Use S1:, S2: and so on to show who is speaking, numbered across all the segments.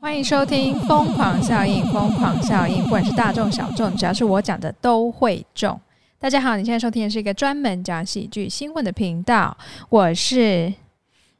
S1: 欢迎收听《疯狂效应》，疯狂效应，不管是大众小众，只要是我讲的都会中。大家好，你现在收听的是一个专门讲喜剧新闻的频道，我是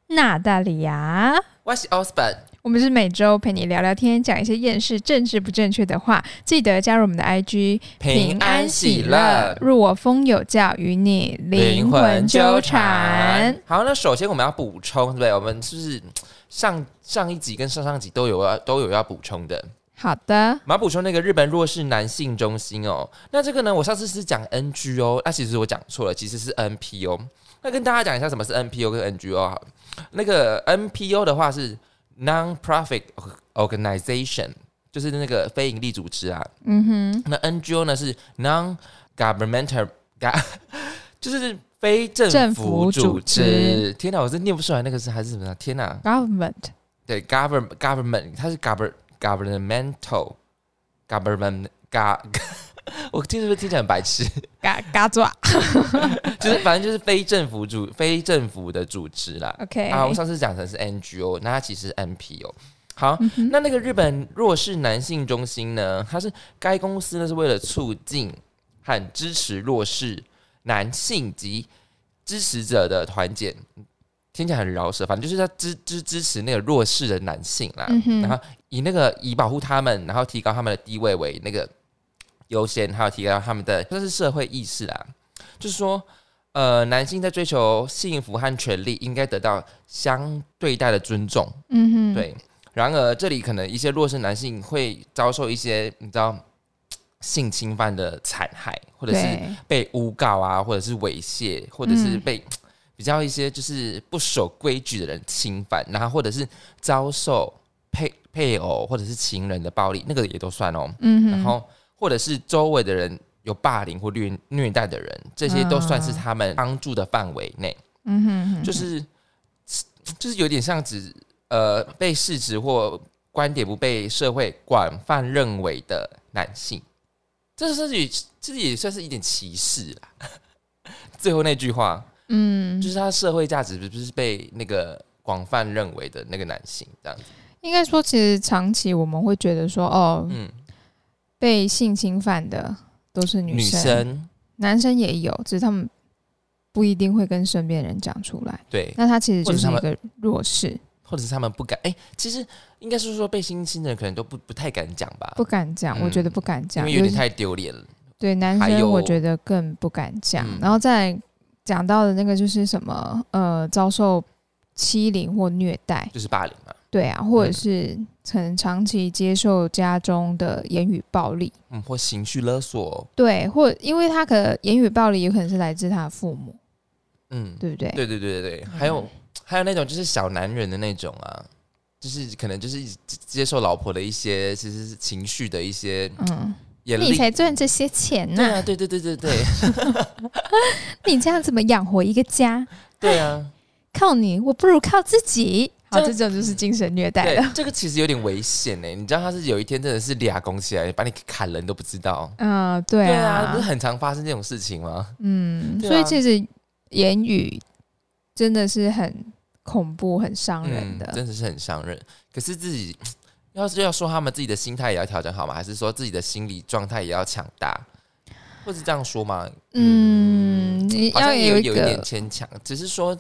S1: 娜大里亚。
S2: 我是 Osborn，
S1: 我们是每周陪你聊聊天，讲一些厌世、政治不正确的话。记得加入我们的 IG，
S2: 平安喜乐，
S1: 入我风有教，与你灵魂纠缠。。
S2: 好，那首先我们要补充，对不对？我们就是嗯上上一集跟上上集都有要都有要补充的。
S1: 好的，
S2: 我们要补充那个日本弱势男性中心哦。那这个呢，我上次是讲 NGO，那啊其实我讲错了，其实是 NPO。那跟大家讲一下什么是 NPO 跟 NGO 好了。啊那个 NPO 的话是 Non-Profit Organization，就是那个非营利组织啊。
S1: 嗯哼，
S2: 那 NGO 呢是 non governmental，ga- 就是非政
S1: 政
S2: 府
S1: 府
S2: 组
S1: 组
S2: 织
S1: 织。
S2: 天哪，我真念不出来那个是还是什么啊？天哪，
S1: government
S2: 对 govern government，它是 govern governmental government ga，我听是不是听起来很白痴？
S1: 嘎嘎抓
S2: 就是反正就是非政府组非政府的组织啦。
S1: ，OK
S2: 啊，我上次讲成是 NGO，那它其实是 NPO。好，那那个日本弱势男性中心呢？它是该公司呢是为了促进和支持弱势男性及支持者的团结，听起来很饶舌，反正就是他支支支持那个弱势的男性啦，
S1: 嗯哼
S2: 然后以那个以保护他们，然后提高他们的地位为那个优先，还有提高他们的这是社会意识啦，就是说。呃，男性在追求幸福和权利，应该得到相对待的尊重。
S1: 嗯哼，
S2: 对，然而这里可能一些弱势男性会遭受一些你知道性侵犯的残害，或者是
S1: 对，
S2: 被诬告啊，或者是猥亵，或者是被、比较一些就是不守规矩的人侵犯，然后或者是遭受配配偶或者是情人的暴力，那个也都算哦。
S1: 嗯哼，
S2: 然后或者是周围的人有霸凌或虐虐待的人，这些都算是他们帮助的范围内。
S1: 嗯哼哼，
S2: 就是就是有点像指呃被市值或观点不被社会广泛认为的男性，这甚至于这也算是一点歧视啦。 最后那句话
S1: 嗯，
S2: 就是他社会价值不是被那个广泛认为的那个男性这样子，
S1: 应该说，其实长期我们会觉得说，哦，
S2: 嗯，
S1: 被性侵犯的都是
S2: 女
S1: 生，
S2: 生
S1: 男生也有，只是他们不一定会跟身边人讲出来。
S2: 对，
S1: 那他其实就
S2: 或者
S1: 是
S2: 是他
S1: 一
S2: 们
S1: 个弱势，
S2: 或者是他们不敢哎、其实应该是说被性侵的人可能都不不太敢讲吧，
S1: 不敢讲，
S2: 嗯
S1: 我觉得不敢
S2: 因
S1: 讲，
S2: 为有
S1: 尤
S2: 点
S1: 其
S2: 太丢脸了，
S1: 对男
S2: 还
S1: 生，
S2: 有
S1: 我觉得更不敢讲。
S2: 嗯
S1: 然后再讲到的那个就是什么，呃，遭受欺凌或虐待，
S2: 就是霸凌嘛，
S1: 对啊，或者
S2: 嗯
S1: 是可能长期接受家中的言语暴力，
S2: 嗯，或情绪勒索，
S1: 对，或因为他可能言语暴力有可能是来自他的父母，
S2: 嗯，
S1: 对不对？
S2: 对对对对对，还有、
S1: 嗯
S2: 还有那种就是小男人的那种啊，就是可能就是一直接受老婆的一些其实是情绪的一些
S1: 嗯，
S2: 眼
S1: 你
S2: 力。
S1: 才赚这些钱
S2: 对
S1: 呢、
S2: 啊，对对对对 对
S1: 你这样怎么养活一个家？
S2: 对啊，
S1: 靠你，我不如靠自己。好，
S2: 这
S1: 这种就是精神虐待
S2: 对
S1: 了。，
S2: 这个其实有点危险呢、你知道他是有一天真的是俩拱起来把你砍人都不知道。
S1: 嗯、对
S2: 啊，
S1: 啊，
S2: 不是很常发生这种事情吗？
S1: 嗯，
S2: 对啊
S1: 所以其实言语真的是很恐怖、很伤人的。
S2: 嗯真的是很伤人。可是自己要是要说他们自己的心态也要调整好吗？还是说自己的心理状态也要强大？或是这样说吗？
S1: 嗯，你
S2: 好像
S1: 要
S2: 也有
S1: 一
S2: 有一点
S1: 个
S2: 牵强，只是说，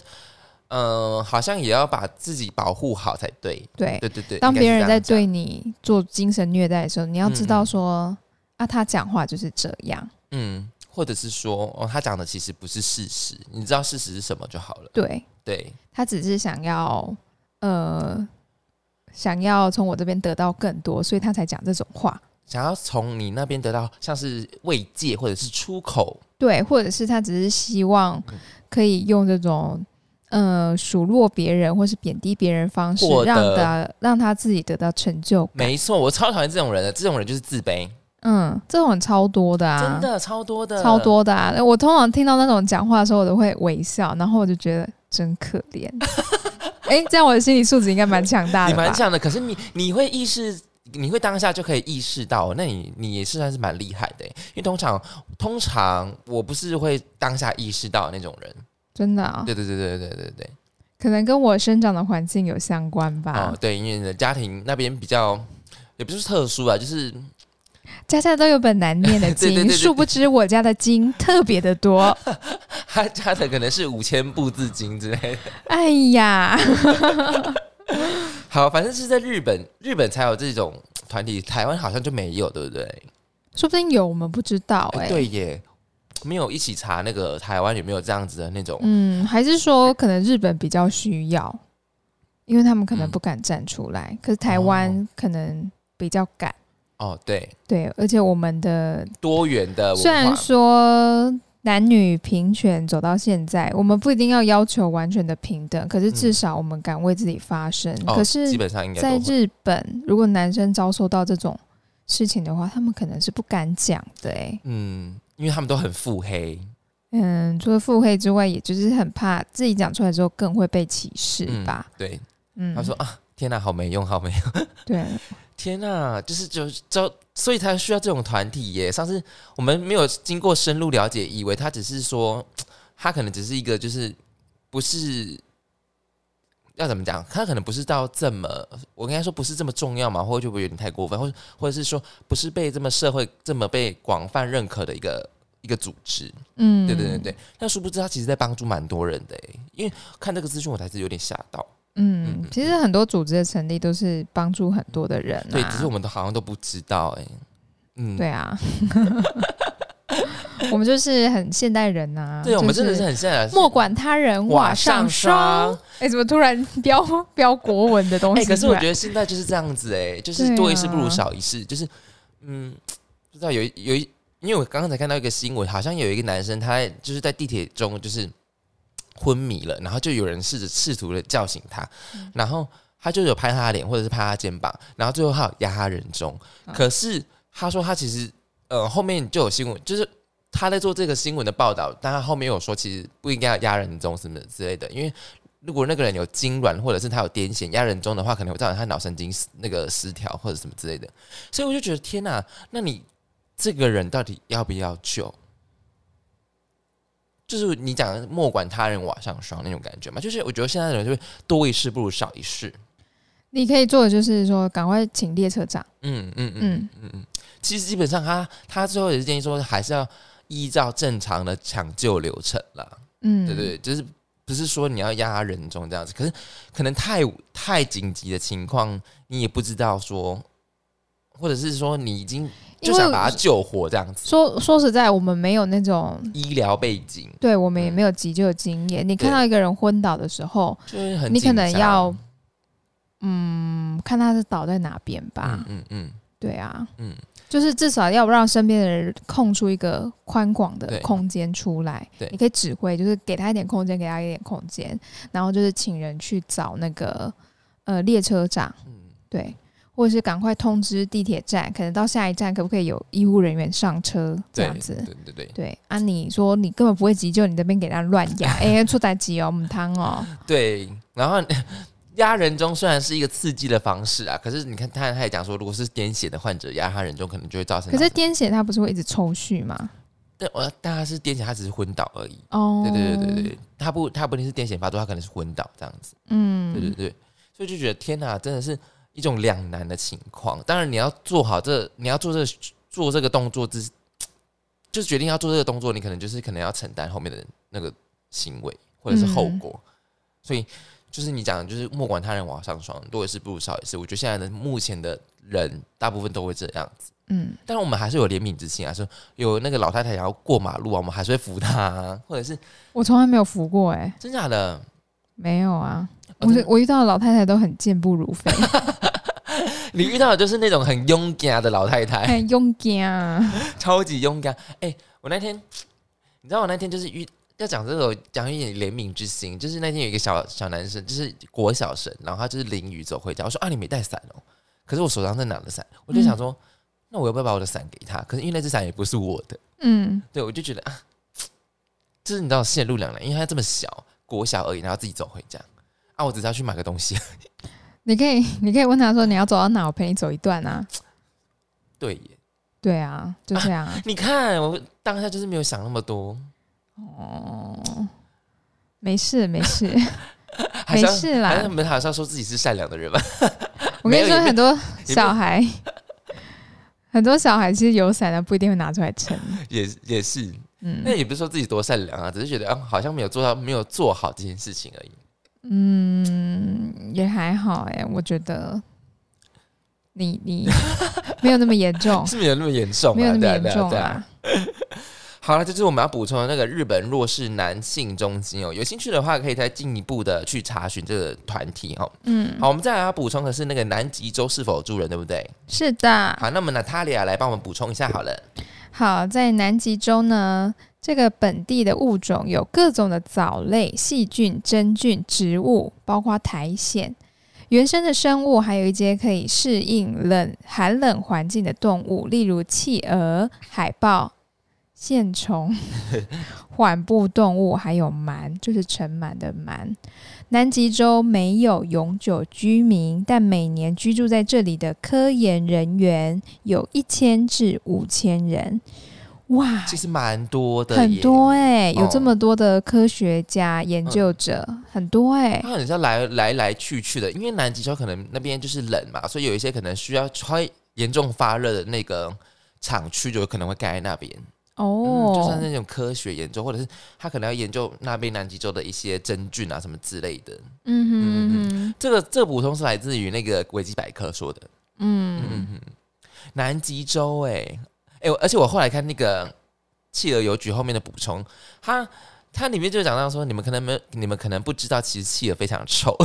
S2: 呃，好像也要把自己保护好才对。
S1: 对，
S2: 对对对，
S1: 当
S2: 应该
S1: 别
S2: 是
S1: 人
S2: 这
S1: 在
S2: 样讲
S1: 对，你做精神虐待的时候，你要知
S2: 嗯
S1: 道
S2: 嗯
S1: 说、啊，他讲话就是这样。
S2: 嗯，或者是说，哦，他讲的其实不是事实，你知道事实是什么就好了。
S1: 对
S2: 对，
S1: 他只是想要呃，想要从我这边得到更多，所以他才讲这种话。
S2: 想要从你那边得到像是慰藉或者是出口，
S1: 对，或者是他只是希望
S2: 嗯
S1: 可以用这种呃数落别人或是贬低别人方式
S2: 获，得
S1: 让他让他自己得到成就感。
S2: 没错，我超讨厌这种人的，这种人就是自卑，
S1: 嗯，这种超多的啊，
S2: 真的超多的，
S1: 超。多的啊！我通常听到那种讲话的时候，我都会微笑，然后我就觉得真可怜。哎、这样我的心理素质应该蛮强大
S2: 你
S1: 的吧
S2: 蛮？强的，可是你你会意识，你会当下就可以意识到，哦那你你也是算是蛮厉害的欸，因为通常通常我不是会当下意识到那种人，
S1: 真的啊、
S2: 对对对对对对对，
S1: 可能跟我生长的环境有相关吧。
S2: 哦，对，因为你的家庭那边比较，也不是特殊啊，就是
S1: 家家都有本难念的
S2: 对对对
S1: 经，
S2: 对
S1: 殊不知我家的经特别的 多。
S2: 他家的可能是五千步字经之类的。
S1: 哎呀，
S2: 好，反正是在日本，日本才有这种团体，台湾好像就没有，对不对？
S1: 说不定有我们不知道哎、
S2: 哎对耶，没有一起查那个台湾有没有这样子的那种。
S1: 嗯，还是说可能日本比较需要，因为他们可能
S2: 嗯
S1: 不敢站出来，可是台湾可能比较敢。
S2: 哦，对，
S1: 对，而且我们的
S2: 多元的
S1: 虽
S2: 文
S1: 然
S2: 化，
S1: 说男女平权走到现在，我们不一定要要求完全的平等，可是至少我们敢为自己发声。
S2: 嗯哦
S1: 可是
S2: 基，本上应该
S1: 在
S2: 都会
S1: 日本，如果男生遭受到这种事情的话，他们可能是不敢讲的、欸。
S2: 嗯，因为他们都很腹黑，
S1: 嗯，除了腹黑之外，也就是很怕自己讲出来之后更会被歧视
S2: 嗯
S1: 吧。
S2: 对，
S1: 嗯，
S2: 他说啊，天哪、好没用，好没用，
S1: 对，
S2: 天哪、就是就是招，所以才需要这种团体耶。上次我们没有经过深入了解，以为他只是说，他可能只是一个就是不是。要怎么讲？他可能不是到这么，我应该说不是这么重要嘛，或者就会有点太过分，或者或者是说不是被这么社会这么被广泛认可的一个一个组织。
S1: 嗯，
S2: 对对对，对，但殊不知他其实在帮助蛮多人的欸，因为看这个资讯我才是有点吓到，
S1: 嗯，其实很多组织的成立都是帮助很多的人、啊，
S2: 对，只是我们都好像都不知道哎，嗯，
S1: 对啊， 我们就是很现代人呐、啊。
S2: 对，我们真的
S1: 就是
S2: 很现在
S1: 莫管他人瓦上霜。。哎、怎么突然飙飙国文的东
S2: 哎、
S1: 西出来？
S2: 可是我觉得现在就是这样子哎，就是
S1: 对
S2: 多一事不如
S1: 啊
S2: 少一事，就是嗯，不知道有一有一，因为我刚刚才看到一个新闻，好像有一个男生他在就是在地铁中就是昏迷了，然后就有人试着试图的叫醒他，
S1: 嗯
S2: 然后他就有拍他的脸或者是拍他肩膀，然后最后他有压他人中，
S1: 嗯
S2: 可是他说他其实呃后面就有新闻就是。他在做这个新闻的报道，但他后面有说，其实不应该要压人中什么之类的，因为如果那个人有痉挛或者是他有癫痫，压人中的话，可能会造成他脑神经失那个失调或者什么之类的。所以我就觉得天哪、那你这个人到底要不要救？就是你讲的莫管他人瓦上霜那种感觉嘛，就是我觉得现在的人就会多一事不如少一事。
S1: 你可以做的就是说，赶快请列车长。
S2: 嗯嗯嗯嗯嗯，其实基本上他他最后也是建议说，还是要依照正常的抢救流程啦。
S1: 嗯，
S2: 对对，就是不是说你要压他人中这样子，可是可能太太紧急的情况，你也不知道说，或者是说你已经就
S1: 因为
S2: 想把他救活这样子，
S1: 说说实在，我们没有那种，
S2: 医疗背景
S1: 对我们也没有急救经验。你看到一个人昏倒的时候，
S2: 就是很
S1: 你可
S2: 紧
S1: 能
S2: 张
S1: 要，嗯，看他是倒在哪边吧。
S2: 嗯嗯嗯
S1: 对啊，
S2: 嗯，
S1: 就是至少要让身边的人空出一个宽广的
S2: 对
S1: 空间出来
S2: 对。
S1: 你可以指挥，就是给他一点空间，给他一点空间，然后就是请人去找那个呃列车长，
S2: 嗯
S1: 对，或者是赶快通知地铁站，可能到下一站可不可以有医护人员上车这
S2: 对
S1: 样子。
S2: 对对对
S1: 对啊，你说你根本不会急救，你这边给他乱压，哎、出代急哦，母汤 哦，
S2: 对，然后。 压人中虽然是一个刺激的方式啊，可是你看他他也讲说，如果是癫痫的患者压他人中，可能就会造成
S1: 可
S2: 脑
S1: 是
S2: 神。
S1: 癫痫它不是会一直抽搐吗？
S2: 但我但他是癫痫，他只是昏倒而已。
S1: 哦，
S2: 对对对对，对，他不他不一定是癫痫发作，他可能是昏倒这样子。
S1: 嗯，
S2: 对对对，所以就觉得天哪，真的是一种两难的情况。当然你要做好这，你要做这个做这个动作之，就是决定要做这个动作，你可能就是可能要承担后面的那个行为或者是后果。所以就是你讲，的就是莫管他人往上霜，多一事不如少一事。我觉得现在的目前的人大部分都会这样子。
S1: 嗯。
S2: 但是我们还是有怜悯之心啊，说有那个老太太要过马路啊，我们还是会扶她、啊，或者是
S1: 我从来没有服过哎、
S2: 真假的，
S1: 没有啊，
S2: 哦
S1: 我
S2: 真
S1: 是我遇到的老太太都很健步如 飞，
S2: 你遇到的就是那种很勇敢的老太太，
S1: 很勇敢啊。
S2: 超级勇敢。哎、我那天，你知道我那天就是遇要讲这个，讲一点怜悯之心，就是那天有一个小小男生，就是国小生，然后他就是淋雨走回家，我说啊，你没带伞哦，可是我手上正拿着伞，我就想说，
S1: 嗯
S2: 那我要不要把我的伞给他？可是因为那只伞也不是我的，
S1: 嗯，
S2: 对我就觉得啊，就是你知道陷入两难，因为他这么小，国小而已，然后自己走回家。啊，我只是要去买个东西。
S1: 你可以你可以问她说你要走到哪，我陪你走一段啊。
S2: 对耶，
S1: 对啊，就这样啊。
S2: 你看我当下就是没有想那么多，
S1: 哦，没事没事，
S2: 还是要
S1: 没事啦
S2: 还是我们还是要说自己是善良的人吧。
S1: 我跟你
S2: 没有
S1: 说，
S2: 也没
S1: 很多
S2: 有
S1: 小孩， 很多小孩其实有伞的不一定会拿出来撑。
S2: 也也是，
S1: 嗯
S2: 那也不是说自己多善良啊，只是觉得啊，好像没有做到，没有做好这件事情而已。
S1: 嗯，也还好哎、我觉得你你没有那么严 重，
S2: 是没有那么严重、啊，
S1: 哦没有那么
S2: 对啊
S1: 严
S2: 对啊
S1: 重
S2: 对啊。好了，这就是我们要补充的那个日本弱势男性中心哦。有兴趣的话，可以再进一步的去查询这个团体哦。
S1: 嗯，
S2: 好，我们再来要补充的是那个南极洲是否住人，对不对？
S1: 是的。
S2: 好，那么娜塔莉亚来帮我们补充一下好了。
S1: 好，在南极洲呢，这个本地的物种有各种的藻类、细菌、真菌、植物，包括苔藓。原生的生物，还有一些可以适应冷寒冷环境的动物，例如企鹅、海豹、线虫、缓步动物，还有鳗，就是尘螨的螨。南极洲没有永久居民，但每年居住在这里的科研人员有一千至五千人。哇，
S2: 其实蛮多的，
S1: 很多。哎、有
S2: 哦嗯
S1: 这么多的科学家、研究者，很多哎、
S2: 它很像来来来去去的，因为南极洲可能那边就是冷嘛，所以有一些可能需要穿严重发热的那个厂区，就可能会盖在那边。嗯，
S1: 哦，
S2: 就像那种科学研究，或者是他可能要研究那边南极洲的一些真菌啊什么之类的。
S1: 嗯哼嗯
S2: 嗯
S1: 哼
S2: 这个这个补充是来自于那个维基百科说的。
S1: 嗯
S2: 嗯嗯嗯，南极洲、欸，哎、我而且我后来看那个企鹅邮局后面的补充，它它里面就讲到说，你们可能没有，你们可能不知道，其实企鹅非常臭。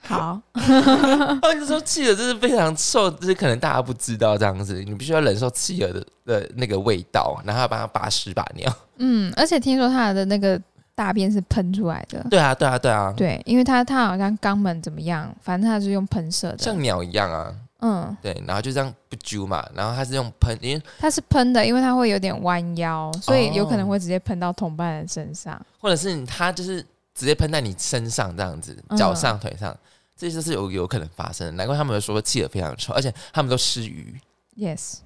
S1: 好，
S2: 他们就说企鹅就是非常臭，就是可能大家不知道这样子，你必须要忍受企鹅的的那个味道，然后要帮它拔屎拔尿。
S1: 嗯，而且听说他的那个大便是喷出来的，
S2: 对啊，对啊，对啊，
S1: 对，因为他他好像肛门怎么样，反正他是用喷射的，
S2: 像鸟一样啊。
S1: 嗯，
S2: 对，然后就这样不揪嘛，然后他是用喷，因为
S1: 他是喷的，因为他会有点弯腰，所以有可能
S2: 哦
S1: 会直接喷到同伴的身上。
S2: 或者是他就是直接喷在你身上这样子，
S1: 嗯
S2: 脚上、腿上，这就是有有可能发生的。难怪他们说企鹅非常臭，而且他们都吃鱼，
S1: Yes，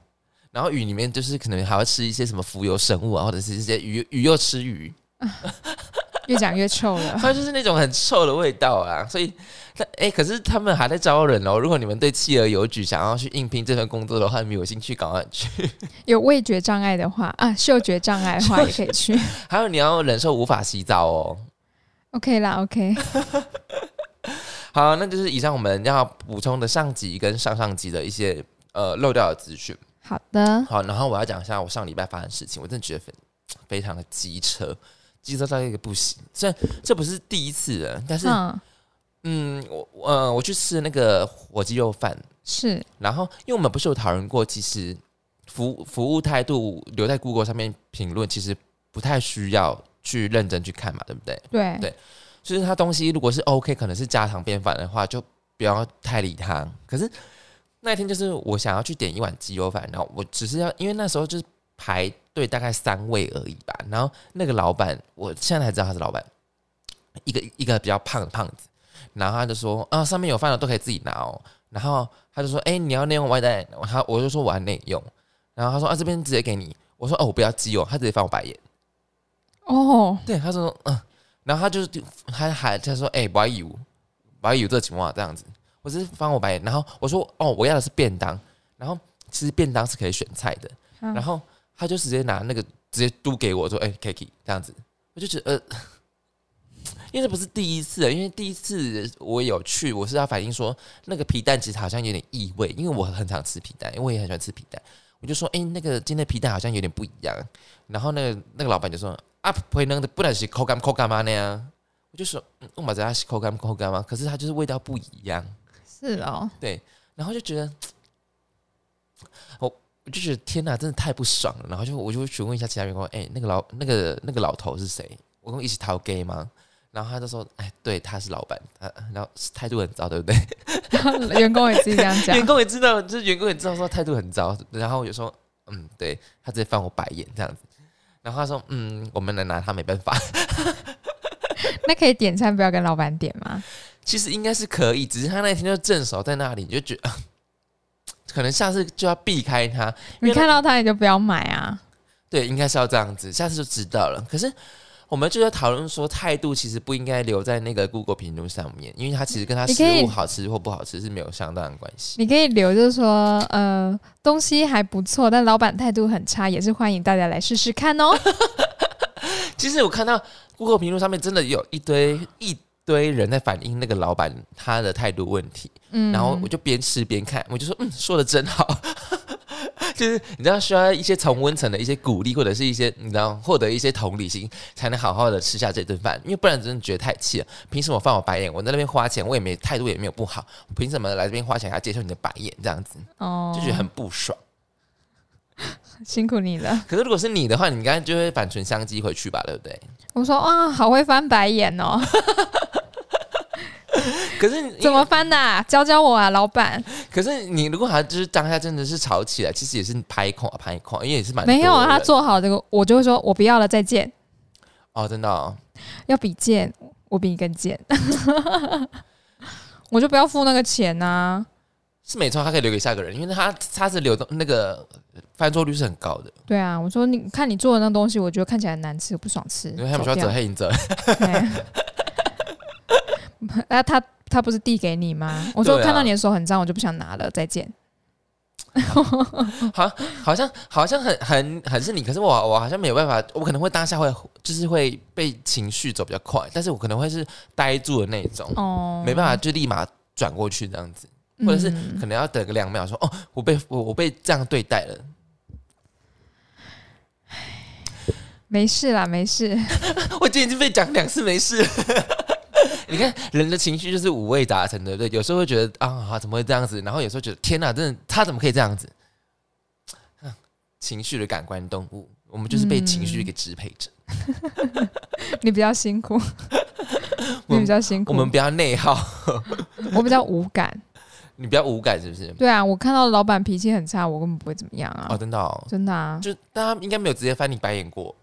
S2: 然后鱼里面就是可能还要吃一些什么浮游生物啊，或者是一些鱼鱼又吃鱼，
S1: 越讲越臭了。
S2: 它就是那种很臭的味道啊。所以，但哎、可是他们还在招人哦。如果你们对企鹅邮局想要去应聘这份工作的话，你们有兴趣赶快去。
S1: 有味觉障碍的话啊，嗅觉障碍的话也可以去。
S2: 还有你要忍受无法洗澡哦。
S1: OK 啦，OK，
S2: 好，那就是以上我们要补充的上集跟上上集的一些呃漏掉的资讯。
S1: 好的。
S2: 好，然后我要讲一下我上礼拜发生的事情，我真的觉得非非常的机车，机车到一个不行。虽然这不是第一次了，但是
S1: 嗯，
S2: 嗯，我我呃我去吃那个火鸡肉饭，
S1: 是
S2: 然后因为我们不是有讨论过，其实服服务态度留在 Google 上面评论，其实不太需要去认真去看嘛，对不对？
S1: 对，
S2: 对就是它东西如果是 OK，可能是家常便饭的话，就不要太理它。可是那一天就是我想要去点一碗鸡肉饭，然后我只是要，因为那时候就是排队大概三位而已吧。然后那个老板，我现在才知道他是老板，一个一个比较胖的胖子，然后他就说啊，上面有饭了都可以自己拿哦。然后他就说，哎、你要内用外带？他我就说我要内用，然后他说啊，这边直接给你。我说哦，我不要鸡哦，他直接翻我白眼。
S1: 哦，
S2: 对，他说嗯，然后他就是他喊他说哎，白油白油这情哦况这样子，我只是翻我白眼，然后我说哦，我要的是便当，然后其实便当是可以选菜的，
S1: 嗯
S2: 然后他就直接拿那个直接嘟给我说哎、k i k i 这样子，我就觉得呃，因为这不是第一次了，啊因为第一次我有去，我是要反映说那个皮蛋其实好像有点异味，因为我很常吃皮蛋，因为我也很喜欢吃皮蛋。我就说，哎、那个今天的皮蛋好像有点不一样。然后那个那个老板就说，啊，不会弄的，不然是口感口感嘛啊那样。我就说，嗯，我马在它是口感口感啊嘛，可是它就是味道不一样。
S1: 是哦，
S2: 然后就觉得，我我就觉得天哪，真的太不爽了。然后就我就会询问一下其他员工，哎、那个老那个那个老头是谁？我跟我一起逃 gay 吗？然后他就说，哎，对，他是老板，他然后态度很糟，对不对？
S1: 员工也自己这样讲
S2: 员，工也知道，就是员工也知道说态度很糟，然后我就说，嗯，对他直接翻我白眼这样子。然后他说：“嗯，我们能拿他没办法。
S1: 那可以点餐不要跟老板点吗？
S2: 其实应该是可以，只是他那天就正手在那里，你就觉得、啊 可能下次就要避开他。因为
S1: 你看到他你就不要买啊。
S2: 对，应该是要这样子，下次就知道了。可是我们就在讨论说，态度其实不应该留在那个 Google 评论上面，因为它其实跟它
S1: 你
S2: 食
S1: 可以
S2: 物好吃或不好吃是没有相当的关系。
S1: 你可以留，就是说，呃，东西还不错，但老板态度很差，也是欢迎大家来试试看 哦。
S2: 其实我看到 Google 评论上面真的有一堆一堆人在反映那个老板他的态度问题，
S1: 嗯，
S2: 然后我就边吃边看，我就说，嗯，说的真好。 就是你知道需要一些从温层的一些鼓励，或者是一些你知道获得一些同理心，才能好好的吃下这顿饭，因为不然真的觉得太气了。凭什么翻我白眼？我在那边花钱，我也没态度也没有不好，凭什么来这边花钱还要接受你的白眼？这样子
S1: 哦，
S2: 就觉得很不爽。
S1: 辛苦你 了。
S2: 可是如果是你的话，你应该就会反唇相讥回去吧，对不对？
S1: 我说哇，好会翻白眼哦，
S2: 可是你
S1: 怎么翻呐、教教我啊，老板。
S2: 可是你如果好像就是当下真的是吵起来，其实也是拍空啊拍空，因为也是蛮
S1: 没有啊，
S2: 多
S1: 他
S2: 人
S1: 做好这个，我就会说我不要了，再见。
S2: 哦，真的、哦。
S1: 要比贱，我比你更贱， 我就不要付那个钱啊呐、
S2: 是没错，他可以留给下个人，因为他他是流动那个翻桌率是很高的，
S1: 对啊，我说你看你做的那东西，我觉得看起来很难吃，我不爽吃。
S2: 因为他们需要
S1: 走
S2: 折
S1: 掉
S2: 黑影者。
S1: 对那啊他他不是递给你吗？我说
S2: 对啊
S1: 看到你的手很脏，我就不想拿了，再见。
S2: 好，好像好像很很很是你，可是我我好像没有办法，我可能会当下会就是会被情绪走比较快，但是我可能会是呆住的那种，
S1: 哦，
S2: 没办法就立马转过去这样子，
S1: 嗯，
S2: 或者是可能要等个两秒说哦，我被我我被这样对待了，
S1: 没事啦，没事。
S2: 我今天已经被讲两次没事了。 你看人的情绪就是五味杂陈，对不对？有时候会觉得啊啊，怎么会这样子？然后有时候觉得天哪，真的他怎么可以这样子？啊情绪的感官动物，我们就是被情绪给支配着。
S1: 你比较辛苦，
S2: 我
S1: 你
S2: 们
S1: 比较辛苦，
S2: 我们不要内耗，
S1: 我比较无感。
S2: 你不要无感，是不是？
S1: 对啊，我看到老板脾气很差，我根本不会怎么样啊，
S2: 哦，真的、哦，
S1: 真的啊，
S2: 就大家应该没有直接翻你白眼过。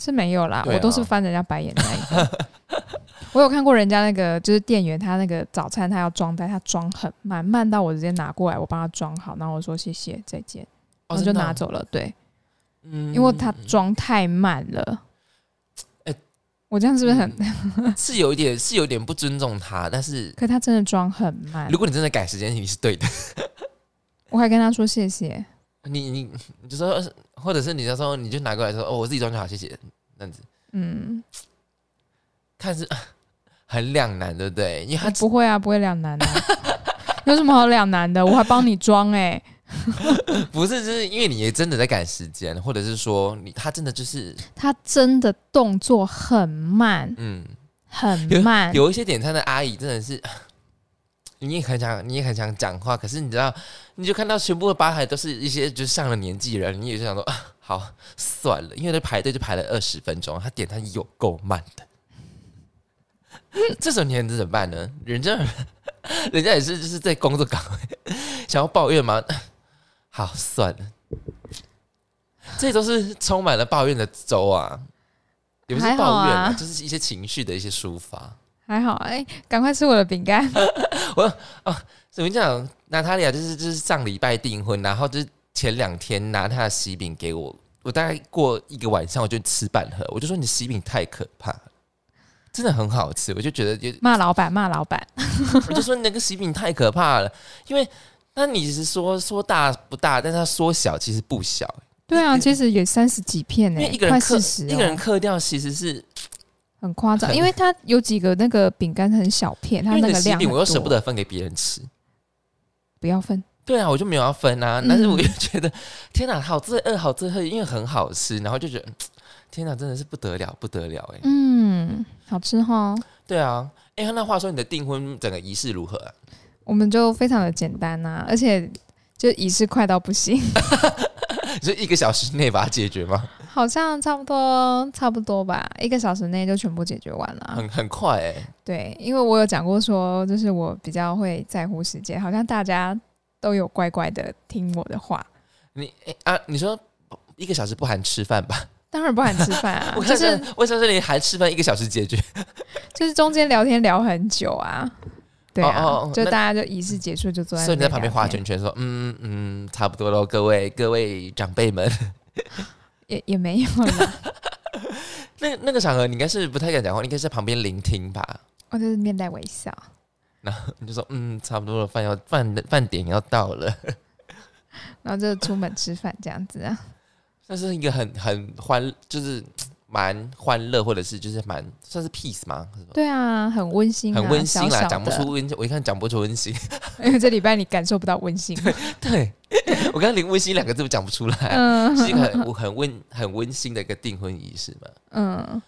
S1: 是没有啦，
S2: 对啊
S1: 我都是翻人家白眼那一个。 我有看过人家那个，就是店员他那个早餐他要装袋，他装很慢，慢到我直接拿过来，我帮他装好，然后我说谢谢再见，
S2: 哦
S1: 然后就
S2: 真的哦
S1: 拿走了。对，
S2: 嗯
S1: 因为他装太慢了。
S2: 哎嗯
S1: 我这样是不是很？
S2: 是有一点是有点不尊重他，但是
S1: 可他真的装很慢
S2: 如，果你真的改时间，你是对的。
S1: 我还跟他说谢谢。
S2: 你你你就说，或者是你那时候你就拿过来说，哦，我自己装就好，谢谢，这样子。
S1: 嗯，
S2: 看是很两难，对不对？因为他
S1: 不会啊，不会两难啊， 有什么好两难的？我还帮你装哎、
S2: 不是，就是因为你也真的在赶时间，或者是说你他真的就是
S1: 他真的动作很慢，
S2: 嗯，
S1: 很慢。
S2: 有一些点餐的阿姨真的是， 你也很想你也很想讲话，可是你知道，你就看到全部的吧台都是一些就是上了年纪的人，你也就想说 啊，好算了，因为这排队就排了二十分钟，他点餐有够慢的。 这时候你能怎么办呢？人家 人家也是就是在工作岗位， 想要抱怨吗？ 好算了，这都是充满了抱怨的粥啊，也不是
S1: 还好
S2: 抱怨
S1: 啊
S2: 就是一些情绪的一些抒发。
S1: 还好，哎、赶快吃我的饼干。
S2: 怎么讲？娜塔莉亚就是就是上礼拜订婚，然后就是前两天拿她的喜饼给我，我大概过一个晚上我就吃半盒，我就说你喜饼太可怕了，真的很好吃，我就觉得有
S1: 骂老板，骂老板，
S2: 我就说你那个喜饼太可怕了，因为那你是说说大不大，但是它缩小其实不小，
S1: 对啊，其实也三十几片
S2: 因
S1: 呢、
S2: 为一个人
S1: 快
S2: 克、
S1: 四十、哦
S2: 一个人克掉其实是
S1: 很夸张，
S2: 很
S1: 因为它有几个那个饼干很小片，
S2: 因
S1: 它
S2: 为
S1: 那
S2: 你
S1: 个
S2: 的喜
S1: 量
S2: 饼
S1: 很
S2: 我又舍不
S1: 多，
S2: 得分给别人吃，
S1: 不要分。
S2: 对啊，我就没有要分啊，但是
S1: 嗯
S2: 我就觉得、天哪，好罪恶，好罪恶，因为很好吃，然后就觉得嗯天哪，真的是不得了，不得了哎、
S1: 嗯，好吃哈。
S2: 对啊，哎、那话说你的订婚整个仪式如何啊？
S1: 我们就非常的简单呐、而且就仪式快到不行，
S2: 你是一个小时内把它解决吗？
S1: 好像差不多差不多吧，一个小时内就全部解决完了。
S2: 很很快哎、
S1: 对，因为我有讲过说，就是我比较会在乎时间，好像大家都有乖乖的听我的话。
S2: 你、诶啊，你说一个小时不含吃饭吧？
S1: 当然不敢吃饭啊
S2: ，我
S1: 就
S2: 上
S1: 是
S2: 次我上次你含吃饭一个小时 解决，
S1: 就是中间聊天聊很久啊，对啊，
S2: 哦哦哦
S1: 就
S2: 那
S1: 大家就仪式结束就坐在
S2: 所以你在旁边
S1: 边
S2: 画
S1: 聊天
S2: 圈圈说，嗯嗯，差不多喽，各位各位长辈们，
S1: 也也没有啦。
S2: 那那个场合，你应该是不太敢讲话，你应该是在旁边聆听吧。
S1: 我就是面带微笑。
S2: 然后你就说，嗯，差不多了，饭要饭饭点要到了。
S1: 然后就出门吃饭这样子
S2: 哦
S1: 啊，
S2: 那是一个很很欢，就是蛮欢乐，或者是就是蛮算是 peace 吗？
S1: 对啊，很温馨、啊，
S2: 很温馨
S1: 小小
S2: 啦，
S1: 的
S2: 讲不出温，我一看讲不出温馨。
S1: 因为这礼拜你感受不到温馨，
S2: 对，我刚刚连温馨两个字都讲不出来，
S1: 嗯
S2: 是一个很很温很温馨的一个订婚仪式嘛。
S1: 嗯，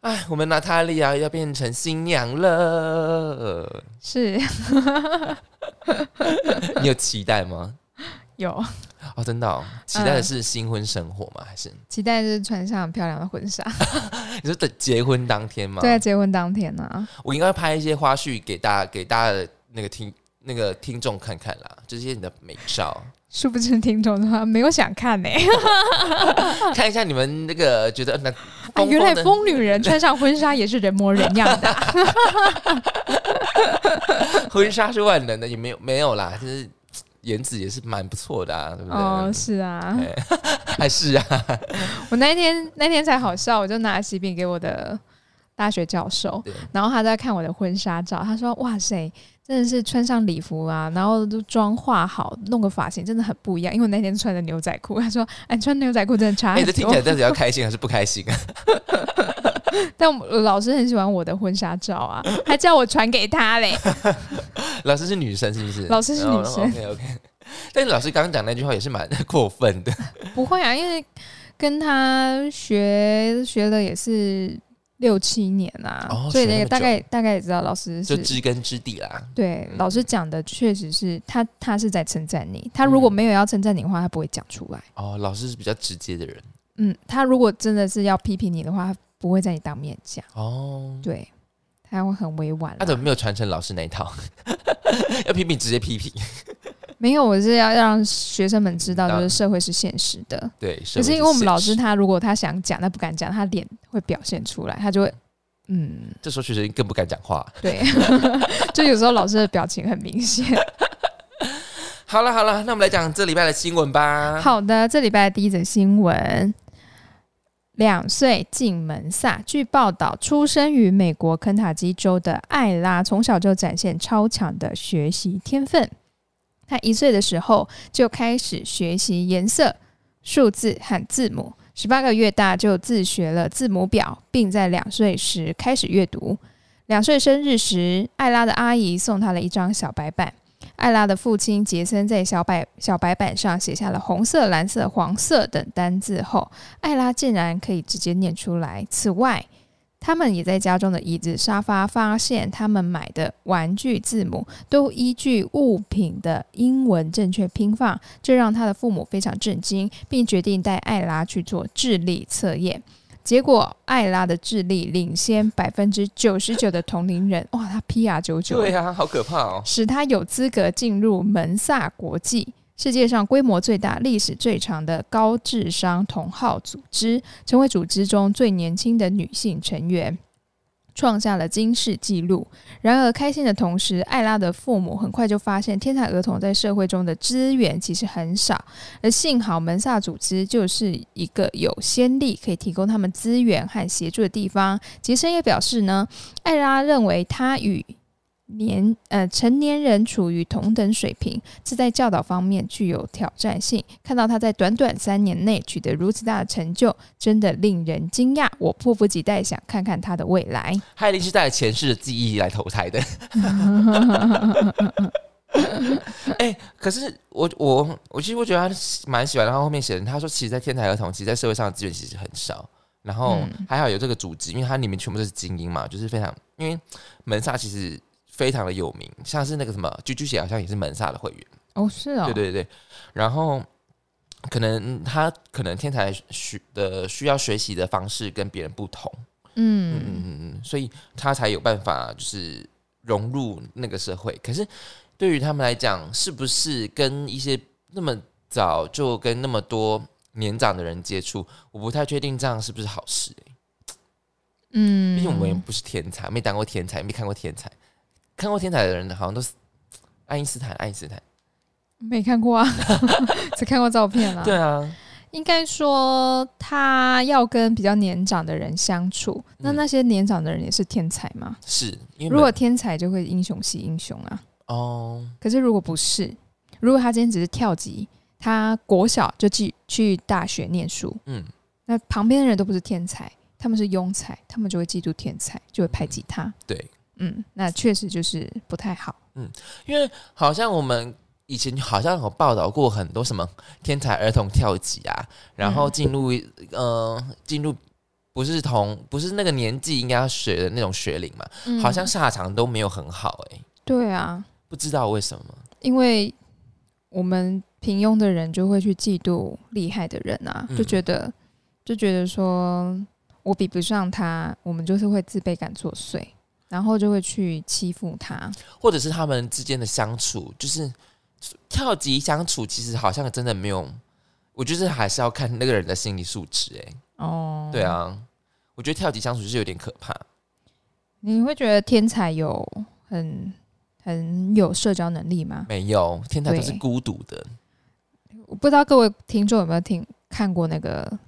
S2: 哎，我们娜塔莉亚要变成新娘了，
S1: 是
S2: 你有期待吗？
S1: 有
S2: 哦，真的、哦，期
S1: 嗯
S2: 待的是新婚生活吗？还是
S1: 期待，就是穿上很漂亮的婚纱，
S2: 你说等结婚当天吗？
S1: 对啊，结婚当天呢、啊，
S2: 我应该拍一些花絮给大家给大家的那个听那个听众看看啦，这些你的美照，
S1: 殊不知听众的话没有想看呢、
S2: 看一下你们那个觉得呃那
S1: 啊，
S2: 疯
S1: 原来
S2: 的
S1: 疯女人穿上婚纱也是人模人样的啊、
S2: 婚纱是万能的，也没有没有啦，就是嘖颜值也是蛮不错的 啊，对不对？
S1: 哦，是啊，
S2: 还是啊，
S1: 我那一天那天才好笑，我就拿喜饼给我的大学教授
S2: 对，
S1: 然后他在看我的婚纱照，他说：“哇塞，真的是穿上礼服啊，然后都妆化好，弄个发型，真的很不一样。”因为我那天穿的牛仔裤，他说：“哎，你穿牛仔裤真的差
S2: 哎、
S1: 很
S2: 这听
S1: 多
S2: 起。来到底要开心还是不开心啊？
S1: 但我老师很喜欢我的婚纱照啊，还叫我传给他嘞。
S2: 老师是女生是不 是？
S1: 老师是女生
S2: OK OK。但是老师刚刚讲那句话也是蛮过分的，
S1: 不会啊，因为跟他学学了也是六七年啊，
S2: 哦
S1: 所以
S2: 学那
S1: 也
S2: 么
S1: 大概大概也知道老师
S2: 就是知根知底啦。
S1: 对，
S2: 嗯
S1: 老师讲的确实是他，他是在称赞你。他如果没有要称赞你的话，他不会讲出来。
S2: 哦，老师是比较直接的人
S1: 嗯，他如果真的是要批评你的话，他不会在你当面讲，
S2: 哦。
S1: 对，他会很委婉啦。
S2: 他怎么没有传承老师那一套？ 要批评直接批评，
S1: 没有，我是要让学生们知道，
S2: 嗯
S1: 就是社会是现实的。
S2: 对。
S1: 可
S2: 可
S1: 是因为我们老师他如果他想讲，他不敢讲，他脸会表现出来，他就会。嗯，
S2: 这时候学生更不敢讲话。
S1: 对， 就有时候老师的表情很明显。
S2: 好了好了，那我们来讲这礼拜的新闻吧。
S1: 好的，这礼拜的第一则新闻，两岁进门萨。据报道，出生于美国肯塔基州的艾拉，从小就展现超强的学习天分。她一岁的时候就开始学习颜色、数字和字母。十八个月大就自学了字母表，并在两岁时开始阅读。两岁生日时，艾拉的阿姨送她了一张小白板，艾拉的父亲杰森在小白小白板上写下了红色、蓝色、黄色等单字后，艾拉竟然可以直接念出来。此外，他们也在家中的椅子、沙发发现，他们买的玩具字母都依据物品的英文正确拼放，这让他的父母非常震惊，并决定带艾拉去做智力测验。结果，艾拉的智力领先百分之九十九的同龄人，哇，他 PR 九九，
S2: 对啊，好可怕哦！
S1: 使他有资格进入门萨国际，世界上规模最大、历史最长的高智商同号组织，成为组织中最年轻的女性成员。创下了惊世纪录。然而，开心的同时，艾拉的父母很快就发现，天才儿童在社会中的资源其实很少，而幸好门萨组织就是一个有先例可以提供他们资源和协助的地方。杰森也表示呢，艾拉认为他与年呃成年人处于同等水平，是在教导方面具有挑战性。看到他在短短三年内取得如此大的成就，真的令人惊讶。我迫不及待想看看他的未来。
S2: 海林是带着前世的记忆来投胎的。哎、可是我我我其实我觉得他蛮喜欢，然后后面写的他说，其实，在天才儿童，其实在社会上的资源其实很少。然后
S1: 嗯
S2: 还好有这个组织，因为它里面全部都是精英嘛，就是非常，因为门萨其实非常的有名，像是那个什么居居姐好像也是门萨的会员。
S1: 哦，是哦，
S2: 对对对，然后可能他可能天才需的需要学习的方式跟别人不同，嗯嗯
S1: 嗯，
S2: 嗯嗯，所以他才有办法就是融入那个社会。可是对于他们来讲，是不是跟一些那么早就跟那么多年长的人接触，我不太确定这样是不是好事、欸。
S1: 嗯，
S2: 毕竟我们也不是天才，没当过天才，没看过天才，看过天才的人好像都是爱因斯坦，爱因斯坦。
S1: 没看过啊，只看过照片啊。
S2: 对啊，
S1: 应该说他要跟比较年长的人相处，那
S2: 嗯
S1: 那些年长的人也是天才吗？
S2: 是因为
S1: 如果天才就会英雄惜英雄啊，
S2: 哦，
S1: 可是如果不是，如果他今天只是跳级，他国小就去去大学念书，
S2: 嗯，
S1: 那旁边的人都不是天才，他们是庸才，他们就会嫉妒天才，就会排挤他。
S2: 对，
S1: 嗯，那确实就是不太好。
S2: 因为好像我们以前好像有报道过很多什么天才儿童跳级啊，然后进入呃进入不是同不是那个年纪应该要学的那种学龄嘛，
S1: 嗯
S2: 好像下场都没有很好哎、
S1: 对啊，
S2: 不知道为什么。
S1: 因为我们平庸的人就会去嫉妒厉害的人啊，
S2: 嗯
S1: 就觉得就觉得说我比不上他，我们就是会自卑感作祟，然后就会去欺负他。
S2: 或者是他们之间的相处，就是跳级相处，其实好像真的没有，我觉得还是要看那个人的心理素质。哎，
S1: 哦，
S2: 对，啊，我觉得跳级相处就是有点可怕。
S1: 你会觉得天才有很很有社交能力吗？
S2: 没有，天才都是
S1: 对
S2: 孤独的。
S1: 我不知道各位听众有没有听看过那个《